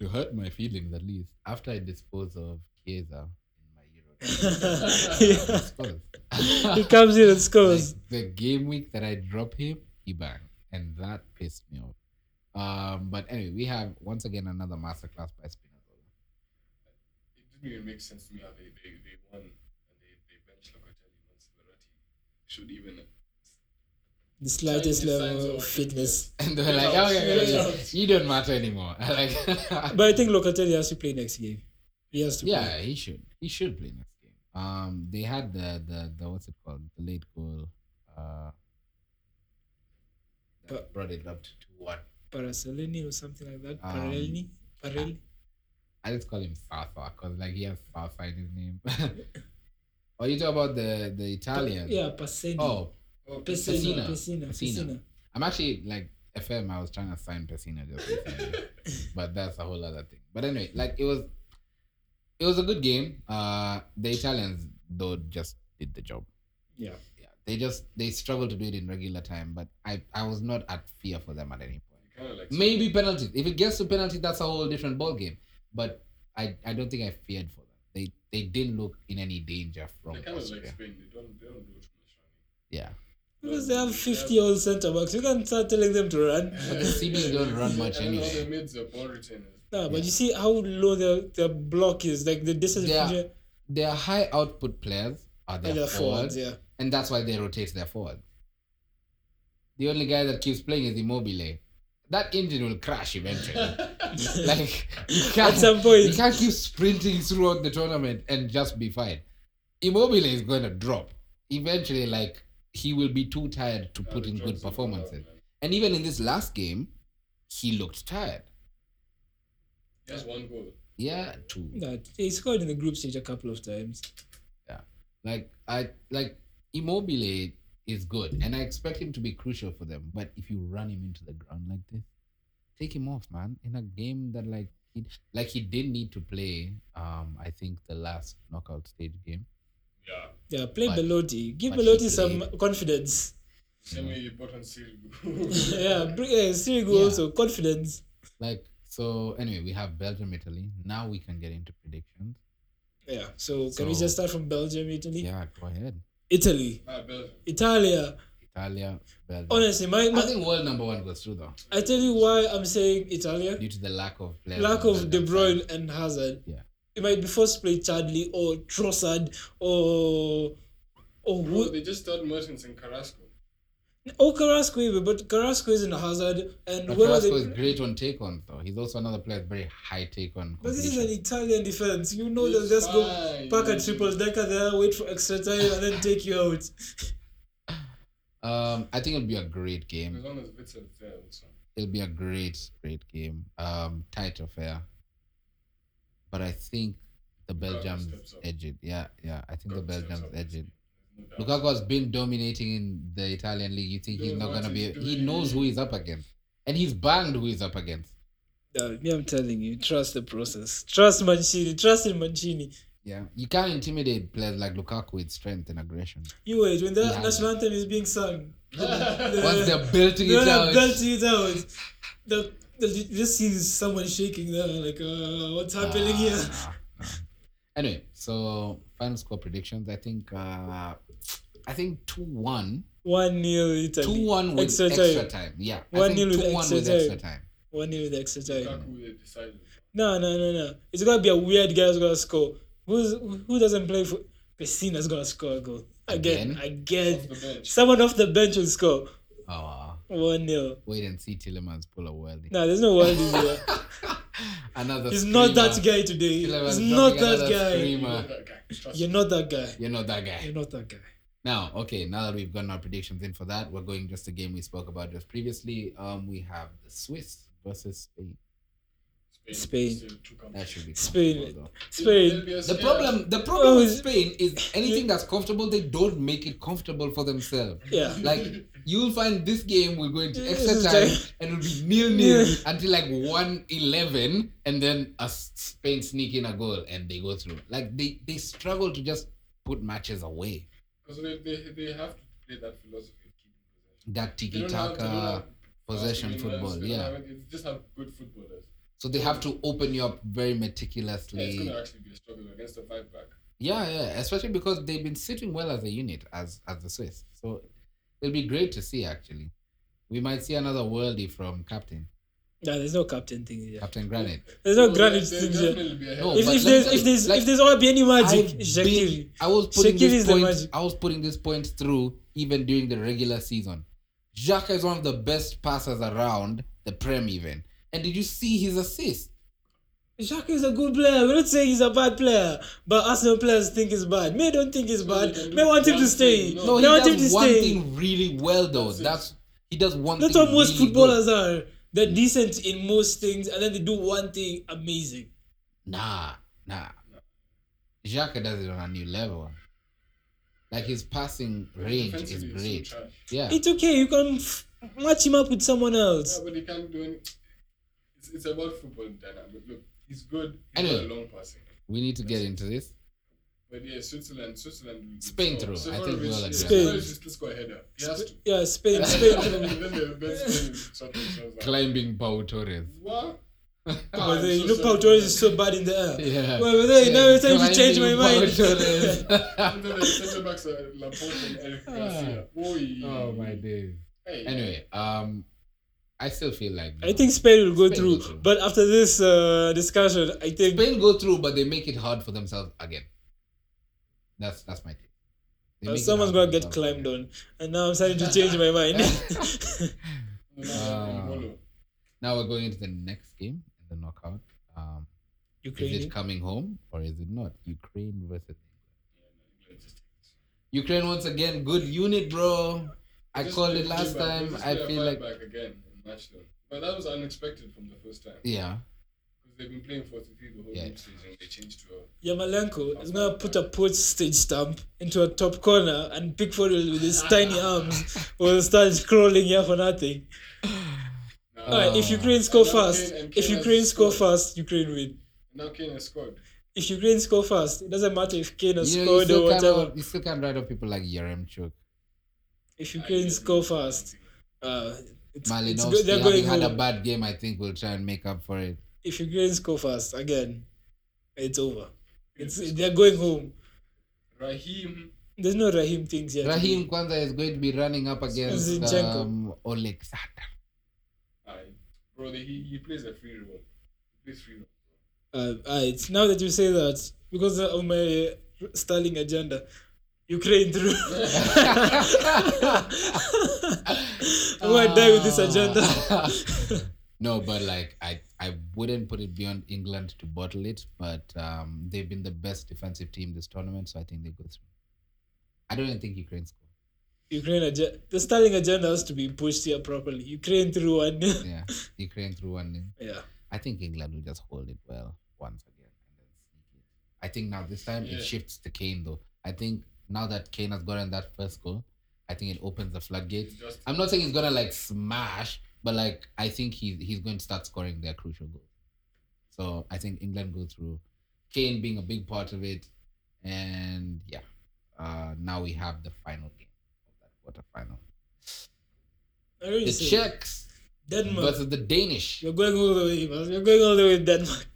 B: to hurt my feelings at least, after I dispose of Chiesa in my Euro.
C: Yeah.
B: of course.
C: he comes in and scores.
B: Like, the game week that I drop him, he banged, and that pissed me off. Um, but anyway, we have once again another masterclass by Spinazzola.
D: It didn't even make sense to me how they, they, they won and they, they benched Locatelli and Ancelotti. Should even.
C: the slightest
D: Chinese signs
C: level
D: of
C: of fitness.
B: And they were like,
D: Yeah.
B: okay, okay, okay,
D: Yeah.
B: you don't matter anymore. like,
C: But I think Locatelli has to play next game. He has to play.
B: yeah, he should. He should play next game. Um, they had the the, the what's it called? The late goal. Uh, that brought it up to two one.
C: Parasolini or something like that.
B: Um,
C: Parelli? Parelli?
B: I just call him Safa because like he has Safa in his name. oh, you talk about the the Italian?
C: Yeah, Paseni.
B: Oh,
D: Oh,
B: Pessina.
C: Pesina. Pesina.
B: Pessina.
C: Pesina.
B: I'm actually like FM. I was trying to sign Pessina just recently, but that's a whole other thing. But anyway, like it was, it was a good game. Uh, the Italians though just did the job.
C: Yeah.
B: Yeah, they just they struggled to do it in regular time, but I I was not at fear for them at any point.
D: Kind of like
B: Maybe penalties. If it gets to penalties, that's a whole different ball game. But I I don't think I feared for them. They they didn't look in any danger from
D: They kind of like
B: Austria.
D: Spain. They don't. They don't do too much running.
B: Yeah.
C: Because they have 50 old centre backs. You can start telling them to run.
B: But the CBs don't run much
D: And then all the
B: anyway.
D: mids are ball retainers.
C: No, but you see how low their, their block is. Like the distance
B: They are
C: between
B: Their high output players are
C: their,
B: their,
C: their forwards.
B: forwards,
C: Yeah.
B: and that's why they rotate their forwards. The only guy that keeps playing is Immobile. That engine will crash eventually. like you can't,
C: At some point.
B: you can't keep sprinting throughout the tournament and just be fine. Immobile is going to drop eventually. Like he will be too tired to put in good performances. And even in this last game, he looked tired.
D: Just one goal.
B: Yeah, two.
C: No, he scored in the group stage a couple of times.
B: Yeah. Like I like Immobile is good and I expect him to be crucial for them. But if you run him into the ground like this, take him off, man. In a game that like He, like he did need to play. Um, I think the last knockout stage game.
D: Yeah.
C: Yeah, play
B: But-
C: Belotti. Give
B: but he
C: Belotti some
B: played.
C: confidence. Mm.
D: Same way you bought on Sirigu.
C: yeah, bring, yeah, Sirigu
B: Yeah.
C: also confidence.
B: Like so. Anyway, we have Belgium, Italy. Now we can get into predictions.
C: Yeah. So, can we
B: So-
C: just start from Belgium, Italy?
B: Yeah, go ahead.
C: Italy,
D: Ah, Belgium.
C: Italia.
B: Italia, Belgium.
C: Honestly, my,
B: I
C: my
B: think world number one goes through though,
C: I tell you why I'm saying Italia.
B: due to the lack of players.
C: Lack
B: on
C: of De
B: Belgium's
C: Bruyne and Hazard.
B: Yeah.
C: You might be forced to play Chadley or Trossard or or
D: Bro,
C: who,
D: they just started Mertens and Carrasco.
C: or Carrasco, even, but Carrasco isn't a Hazard and
B: But
C: whoever they.
B: Carrasco is great on take ons though. He's also another player with very high take on.
C: But this is an
B: completion.
C: Italian defense. You know they'll
D: It's
C: just go
D: fine.
C: pack a triple decker there, wait for extra time, and then take you out.
B: Um, I think it'll be a great
D: As
B: game.
D: long as Witzel's there also.
B: It'll be a great, great game. Um, tight affair. But I think the Belgians
D: steps up.
B: edge it. Yeah, yeah. I think the
D: Lukaku steps
B: Belgians
D: up.
B: edge it.
D: There's no doubt.
B: Lukaku has been dominating in the Italian league. You think he's
D: Knows
B: not
D: what
B: gonna be?
D: he's
B: He
D: doing.
B: knows who he's up against, and he's banged who he's up against.
C: Yeah, me, I'm telling you, trust the process. Trust Mancini. Trust in Mancini.
B: Yeah, you can't intimidate players like Lukaku with strength and aggression.
C: You wait when the
B: Yeah.
C: national anthem is being sung.
B: Once they're building
C: No,
B: it
C: no,
B: out,
C: belt it out. The, the, you just see someone shaking there, like, uh, what's happening
B: Ah,
C: here?
B: nah, nah. Anyway, so final score predictions. I think uh I think two one.
C: 1 0 Italy.
B: Two one with
C: extra
B: extra,
C: time.
B: time. Yeah. I
C: 1-0
B: think
C: with
B: two one
C: extra
B: with extra time.
C: 1 0 with extra time.
D: Lukaku, they decided.
C: No, no, no, no. It's going to be a weird guy who's going to score. Who's, who doesn't play for. Pessina's going to score a goal. Again, again.
D: Off the bench.
C: Someone off the bench will score.
B: Oh
C: 1 0.
B: wait and see Tillemans pull a worthy.
C: No, there's no world here.
B: Another
C: He's not that
B: screamer.
C: guy today.
B: Tillemans
C: He's
B: dropping
C: not that
B: another
C: guy.
B: Screamer.
D: That guy, trust
C: You're not that guy.
B: You're not that guy.
C: You're not that guy.
B: Now, okay, now that we've gotten our predictions in for that, we're going just the game we spoke about just previously. Um we have the Swiss versus Spain.
D: me.
C: Spain.
D: Still two countries.
B: That should be
C: Spain. Oh,
B: comfortable, though.
C: Spain.
D: It'll be a
B: The
D: scare.
B: problem, the problem with
C: is-
B: Spain is anything that's comfortable, they don't make it comfortable for themselves.
C: Yeah.
B: Like you'll find this game will go into
C: Yeah,
B: extra
C: it's
B: time
C: like-
B: and it'll be nil nil
C: Yeah.
B: until like one eleven, and then a S- Spain sneak in a goal and they go through. Like they they struggle to just put matches away.
D: Because they, they, they have to play that philosophy of keeping possession.
B: That
D: They
B: tiki
D: don't have- they don't
B: taka
D: have
B: possession
D: fast
B: football,
D: midfielders, they don't
B: yeah.
D: have- They just have good footballers.
B: so they have to open you up very
D: Yeah, it's
B: meticulously.
D: going to actually be a struggle against a five back.
B: Yeah, yeah, especially because they've been sitting well as a unit as as the Swiss. So it'll be great to see actually. We might see another worldie from Captain
C: No, there's no captain thing here.
B: Captain Granite.
C: There's no
D: Oh,
C: granite
D: they'll
C: thing here.
D: definitely be ahead.
B: No,
C: If,
B: But
C: if
B: let
C: there's
B: me
C: if
B: tell you,
C: there's
B: like,
C: if there's gonna be any magic,
B: I've
C: Shakiri.
B: been- I was putting
C: Shaqiri is
B: this
C: the
B: point.
C: magic.
B: I was putting this point through even during the regular season. Xhaka is one of the best passers around the Prem even. And did you see his assist?
C: Shaq is a good player. We're not saying he's a bad player, but Arsenal players think he's bad. May don't think he's bad.
D: can do
C: May want him to
D: one
C: stay.
D: thing,
B: No,
C: May
B: he
C: want him to
B: does one
C: stay.
B: thing really well though.
D: That's it.
B: That's he does one.
C: That's
B: thing
C: what most
B: really good.
C: footballers are. They're decent in most things, and then they do one thing amazing.
B: Nah, nah. Xhaka does it on a new level. Like his passing range is
D: Defensively,
B: great.
D: it's so trash.
B: Yeah.
C: It's okay. You can f- match him up with someone
D: Yeah,
C: else.
D: but he can't do any. It's, it's about football dynamic. Look, he's good. He's
B: Anyway.
D: got a long passing.
B: We need to get into this.
D: But yeah, Switzerland, Switzerland. will
B: Spain
D: score.
B: through. I
D: Seferovic,
B: think we all
D: yeah,
B: agree.
C: Spain.
D: Seferovic is to score a header. He has to.
C: Yeah, Spain,
D: Then
C: Spain.
D: the- then Spain will sort themselves out.
B: Climbing Pau Torres.
D: What?
C: But then,
D: I'm
C: you
D: so
C: know, Pau
D: sorry.
C: Torres is so bad in the air.
B: Yeah.
C: Well, but then, now it's time to change my
B: Climbing
C: mind.
B: Pau Torres.
D: And then the centre backs are Laporte and
C: Ah.
D: Eric Garcia. Oi.
B: oh my days.
D: Hey.
B: Anyway, um, I still feel like
C: I think Spain will go
B: Spain
C: through,
B: will go.
C: but after this uh, discussion, I think
B: Spain go through, but they make it hard for themselves again. That's that's my take. They
C: uh,
B: make it
C: someone's
B: hard
C: gonna
B: for
C: get
B: themselves
C: climbed
B: again.
C: on, and now I'm starting to change my mind.
D: No, no,
B: Ah.
D: no, no.
B: Now we're going into the next game in the knockout. Um, Is
C: Ukraine,
B: it coming home or is it not? Ukraine versus
D: England just take this.
B: Ukraine once again. Good unit, bro. I
D: Just
B: called
D: play
B: it last
D: fullback.
B: time.
D: We'll just
B: I
D: play a
B: feel like
D: fullback again and match them. But that was unexpected from the first time.
B: yeah,
D: Because they've been playing 43 the whole
B: Yeah.
D: group stage and they changed to a.
C: Yamalenko is gonna put a post stage stamp into a top corner, and Pickford will, with his tiny arms will start crawling here for nothing.
D: Nah,
C: Alright, if Ukraine score first,
D: Ukraine- and
C: if
D: Kane has
C: Ukraine score
D: scored.
C: first, Ukraine win.
D: Now Kane has scored.
C: If Ukraine score first, it doesn't matter if Kane has
B: You, know, you,
C: scored or
B: still can't,
C: whatever.
B: out- you still can't write off people like Yaremchuk.
C: If
D: I
C: Ukraine
D: guess
C: score
D: it's something.
C: first, uh, it's, it's
B: Malinowski,
C: good. They're
B: having
C: going
B: had a
C: home.
B: bad game, I think we'll try and make up for it.
C: If Ukraine score first again, it's over. It's
D: Yes.
C: they're going home.
D: Raheem,
C: There's no Raheem things yet.
B: Raheem Kwanza is going to be running up against
C: Zinchenko.
B: um, Oleksandr.
D: aye. bro, the, he, he plays a free role. He plays free role.
C: Uh, alright, now that you say that, because of my Sterling agenda, Ukraine through. I'm gonna die with this agenda.
B: Ah. no, but like I, I wouldn't put it beyond England to bottle it. But um, they've been the best defensive team this tournament, so I think they go through. I don't even think Ukraine score.
C: Ukraine agenda. The Sterling agenda has to be pushed here properly. Ukraine through one.
B: Yeah, Ukraine through one. nil.
C: yeah.
B: I think England will just hold it well once again and then sneak it. I think now this time
D: Yeah.
B: it shifts to Kane though. I think now that Kane has gotten that first goal, I think it opens the floodgates.
D: It's just-
B: I'm not saying he's gonna like smash, but like I think he's he's going to start scoring their crucial goals. So I think England go through. Kane being a big part of it, and yeah, uh, now we have the final game of that quarterfinal.
C: I really
B: The
C: say
B: Czechs
C: Denmark.
B: versus the Danish.
C: You're going all the way, man. You're going all the way with Denmark.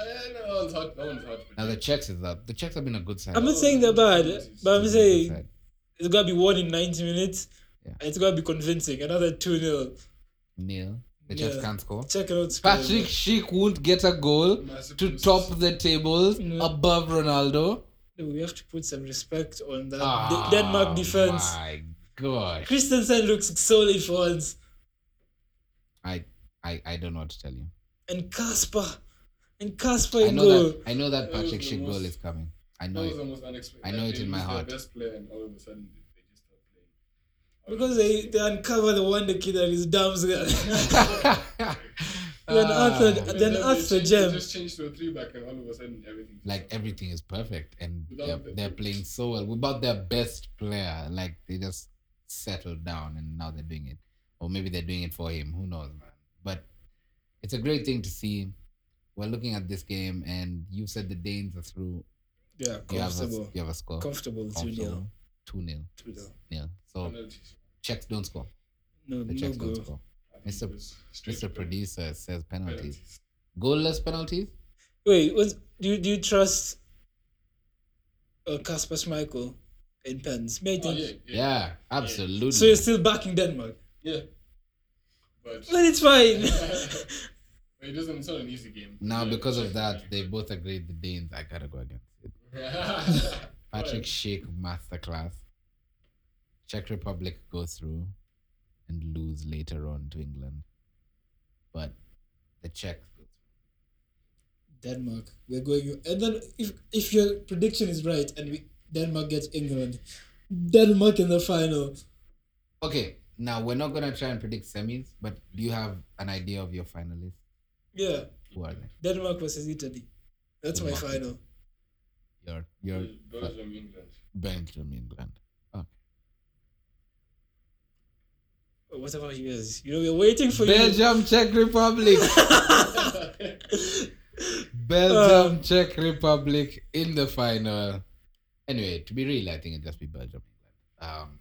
D: Uh, that one's hot. That one's hot.
B: Now the Czechs is up. The Czechs have been a good side.
C: I'm not saying they're bad, but
B: They've been a
C: I'm
B: good
C: saying
B: side.
C: it's gonna be one in 90 minutes.
B: Yeah.
C: And it's gonna be convincing. Another 2 0.
B: Neil. The Chiefs
C: Yeah.
B: can't score.
C: Check it out. score,
B: Patrick Schick won't get a goal
D: Massive
B: to
D: losses.
B: top the tables
C: No.
B: above Ronaldo.
C: man. We have to put some respect on that
B: Ah,
C: De- Denmark defense.
B: My gosh.
C: Christensen looks solid for once.
B: I, I I don't know what to tell you.
C: And Casper. And Casper
B: I
C: in
B: know
C: goal.
B: that I know that
D: That was
B: Patrick
D: the
B: Schick goal
D: most-
B: is coming. I
D: That
B: know
D: was
B: it.
D: almost unexpected.
B: I know
D: Like,
B: it
D: they
B: in my
D: lose their
B: heart.
D: best player and all of a sudden they, they just start playing.
C: Because they, they uncover the wonder kid and his dams there. then
B: Ah,
C: Arthur,
D: And
C: then
D: they
C: Arthur
D: change-
C: Gem.
D: They just changed to a three back and all of a sudden everything.
B: like everything is perfect and
D: Without
B: they're,
D: the-
B: they're playing so well without their best player like they just settled down and now they're doing it or maybe they're doing it for him who knows man but it's a great thing to see we're looking at this game and you said the danes are through
C: Yeah,
B: you have a,
C: comfortable.
B: you have a score
C: Comfortable 2 0.
B: 2 nil yeah so
D: Penalties.
B: czechs don't score
C: No,
B: the
C: no
B: czechs don't
C: goal.
B: score
D: I think
B: Mr.
D: it was straight
B: mr
D: to pen-
B: producer says penalties
D: penalties.
B: goalless penalties
C: Wait, what, do, you, do you trust uh, Casper Schmeichel in pens? Mate,
D: Oh, yeah,
B: yeah,
D: yeah,
B: absolutely
C: So you're still backing Denmark?
D: yeah. But
C: But it's fine.
D: but it doesn't. It's not an easy game.
B: Now,
D: Yeah,
B: because of
D: check.
B: that, they both agreed the Danes. I gotta go against it. Patrick
D: Alright.
B: Sheikh masterclass. Czech Republic go through and lose later on to England, but the Czechs. go through.
C: Denmark. We're going. And then if, if your prediction is right and we, Denmark gets England, Denmark in the final.
B: Okay, now we're not gonna try and predict semis, but do you have an idea of your finalists?
C: Yeah,
B: Who are they?
C: Denmark versus Italy. That's my final.
B: Your your
D: Mm. Belgium, England.
B: Belgium, England. Okay.
C: Oh, What about you guys? You know, we're waiting for you.
B: Belgium, Czech Republic. Belgium, Czech Republic in the final. Anyway, to be real, I think it'd just be Belgium, England. Um,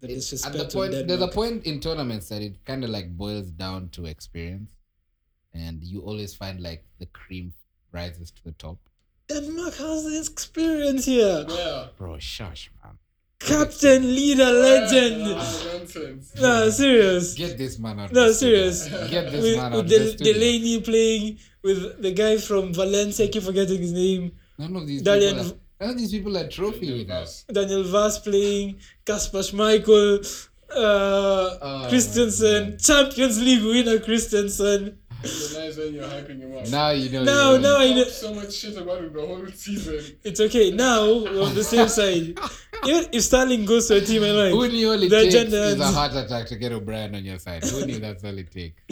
C: the
B: it- at
C: disrespect
B: the
C: of
B: point, there's a
C: Denmark.
B: point in tournaments that it kind of like boils down to experience, and you always find like the cream rises to the top.
C: Denmark has the experience here.
D: Yeah.
B: Bro, shush, man.
C: Captain, leader, legend.
D: Ah, nonsense.
C: No, serious.
B: Get this man out. of
C: No,
B: the studio.
C: serious.
B: Get this
C: With,
B: man out.
C: with
B: of
C: the,
B: the studio.
C: Delaney playing with the guy from Valencia, I keep forgetting his name.
B: None of these
C: Dalian-
B: people. Are, none of these people are trophy winners.
C: Daniel Vaz playing, Kasper Schmeichel, uh,
B: Oh,
C: Christensen,
B: man.
C: Champions League winner Christensen.
D: It's nice when you're hyping him up.
B: Now you know.
C: Now,
B: you're-
C: now I
D: Talk
C: know.
D: so much shit about him the whole season.
C: It's okay. Now we're on the same side. Even if Sterling goes to a team, I like.
B: Who knew all it
C: The
B: takes
C: agenda-
B: is a heart attack to get O'Brien on your side? Who knew that's all it takes?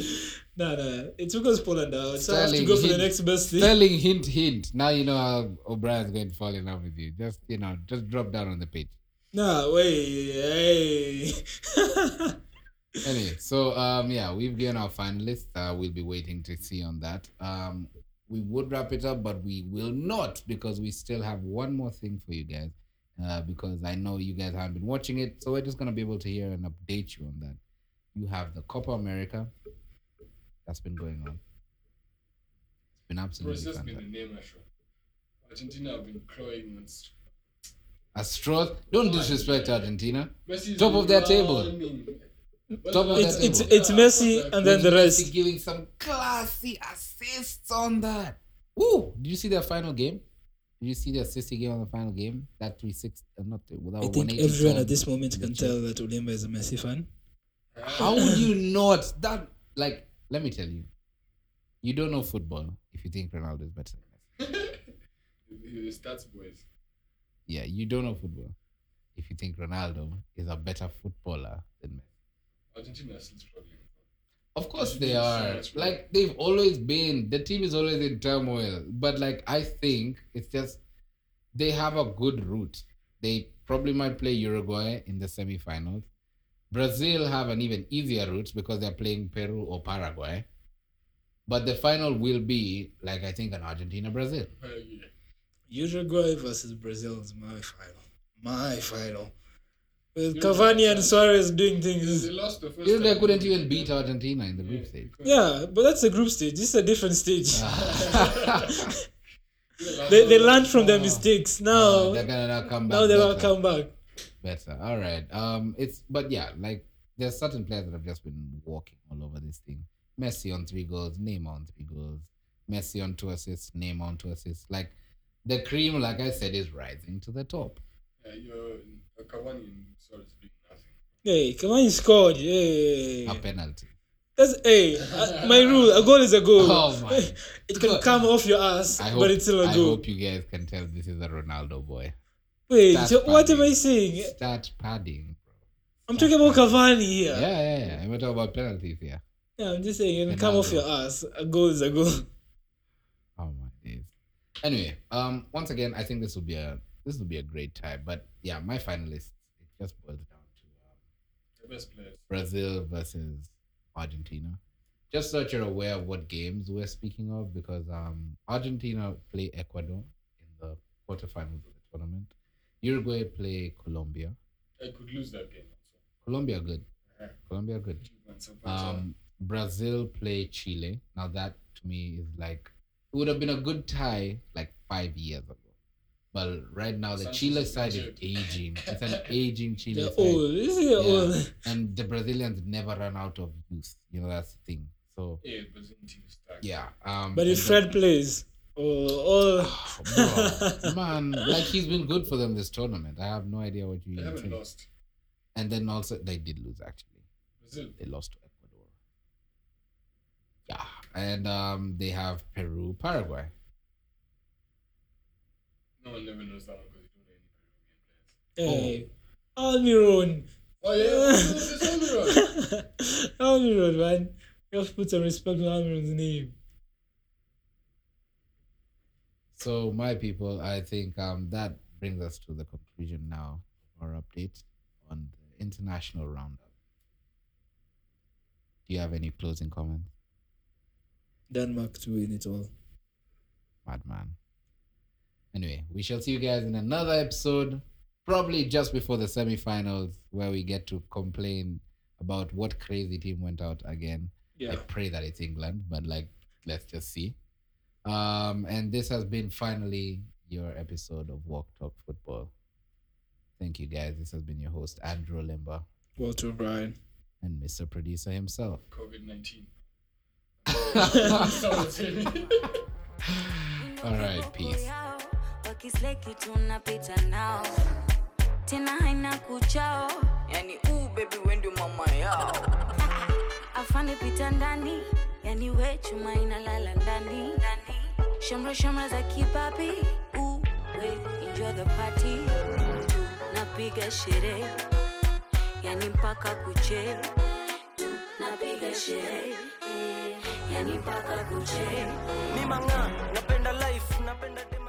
C: Nah, nah. It's because Poland are out, so I have to
B: Sterling,
C: go for
B: he-
C: the next best thing.
B: Sterling, hint, hint. Now you know how O'Brien's going to fall in love with you. Just, you know, just drop down on the pitch.
C: Nah, wait. Hey.
B: anyway, so um, yeah, we've given our finalists. Uh, we'll be waiting to see on that. Um, we would wrap it up, but we will not because we still have one more thing for you guys. Uh, because I know you guys haven't been watching it, so we're just gonna be able to hear and update you on that. You have the Copa America that's been going on. It's been
D: Bro, it's
B: absolutely
D: just been
B: fantastic.
D: a name, Ashra. Argentina have been clawing and st-
B: A straw. Don't disrespect Argentina.
D: Messi's
B: Top
D: been
B: of their table.
D: clawing. Well,
B: Top of
D: it's-
C: It's
B: their
C: it's
B: table.
C: it's Messi and then the
B: Messi
C: rest.
B: giving some classy assists on that. Ooh, did you see their final game? Did you see the assist he gave on the final game? That 360, uh, not three, without
C: I think
B: 180
C: everyone
B: turn.
C: at this moment can tell that Olimba is a Messi fan.
B: How would you not? That like, let me tell you, you don't know football if you think Ronaldo is better than Messi.
D: It- it's That's boys.
B: Yeah, you don't know football if you think Ronaldo is a better footballer than Messi.
D: Argentina are still struggling.
B: Of course
D: Yes,
B: they
D: yes,
B: are.
D: yes, right.
B: Like they've always been. The team is always in turmoil. But like I think it's just they have a good route. They probably might play Uruguay in the semifinals. Brazil have an even easier route because they're playing Peru or Paraguay. But the final will be like I think an Argentina Brazil.
D: Hell yeah.
C: Uruguay versus Brazil is my final. My final. With Cavani and Suarez doing
D: They
C: things.
D: lost the first.
B: Uruguay
D: time.
B: couldn't even beat Argentina in the group stage.
D: because-
C: Yeah, but that's a group stage. This is a different stage.
D: Yeah, last
C: They, they
D: time-
C: learned from their
B: Ah.
C: mistakes.
B: Uh,
C: Now,
B: they're gonna now come back.
C: now they will
B: better.
C: come back.
B: better. All right. Um, it's but yeah, like there's certain players that have just been walking all over this thing. Messi on three goals, Neymar on three goals, Messi on two assists, Neymar on two assists. Like the cream, like I said, is rising to the top.
D: Yeah, you're uh, Cavani and Suarez doing nothing.
C: Hey, Cavani scored. Hey.
B: A penalty.
C: That's hey. uh, my rule: a goal is a goal.
B: Oh my!
C: It can
B: God.
C: come off your ass,
B: I hope,
C: but it's still a
B: I
C: goal.
B: hope you guys can tell this is a Ronaldo boy.
C: Wait,
B: That's
C: so what am
B: funny.
C: I saying?
B: Start padding.
C: I'm talking about Cavani here.
B: Yeah,
C: Yeah,
B: yeah, yeah. I'm talking about penalties here.
C: I'm just saying, it can come off
B: Ronaldo.
C: your ass. A goal is a goal.
B: Oh my days. Anyway, um, once again, I think this will be a this will be a great time. But yeah, my finalists it just boils down to um,
D: The best players.
B: Brazil versus Argentina. Just so that you're aware of what games we're speaking of, because um, Argentina play Ecuador in the quarterfinals of the tournament. Uruguay play Colombia.
D: I could lose that game.
B: Colombia good.
D: Yeah.
B: Colombia good.
D: Also.
B: Um, Brazil play Chile. Now that to me is like it would have been a good tie like five years ago, but right now the
D: Sanchez
B: Chile
D: is
B: side is
D: injured.
B: aging. It's an aging Chile
C: They're
B: side,
C: old. This is
B: Yeah.
C: old.
B: and the Brazilians never run out of youth. You know that's the thing. So
D: yeah, Brazilian team is stacked.
B: yeah, um,
C: But
B: and
C: if
B: the-
C: Fred plays, oh, oh,
B: Oh, bro, man, like he's been good for them this tournament. I have no idea what you
D: They
B: even
D: haven't
B: think.
D: lost.
B: And then also they did lose actually.
D: Brazil.
B: they lost to Ecuador. Yeah, and um, they have Peru, Paraguay.
D: No one ever knows that one because you don't know any
C: hey, Almiron,
D: Peruvian players. Oh yeah,
C: Yeah.
D: this Almiron.
C: Almiron, man, you have to put some respect on Almiron's name.
B: So, my people, I think um, that brings us to the conclusion now of our update on the international roundup. Do you have any closing comments,
C: Denmark to win it all.
B: madman? Anyway, we shall see you guys in another episode, probably just before the semifinals, where we get to complain about what crazy team went out again. I
C: Yeah.
B: pray that it's England, but like, let's just see. Um, and this has been finally your episode of Walk Talk Football. Thank you guys. This has been your host, Andrew Limber,
C: Walter O'Brien.
B: and Mr. Producer himself.
D: COVID nineteen.
B: All right, peace.
E: wakisleki tunapita nao tena haina kuchao yani uu bebi wendi mama yao afande pita ndani yani we chuma inalala ndani ndani. shamra shamra za kibabi uu we enjoy the party tunapiga sherehe yani mpaka kuche tunapiga sherehe yani mpaka kuche
F: mimanga napenda life napenda dem-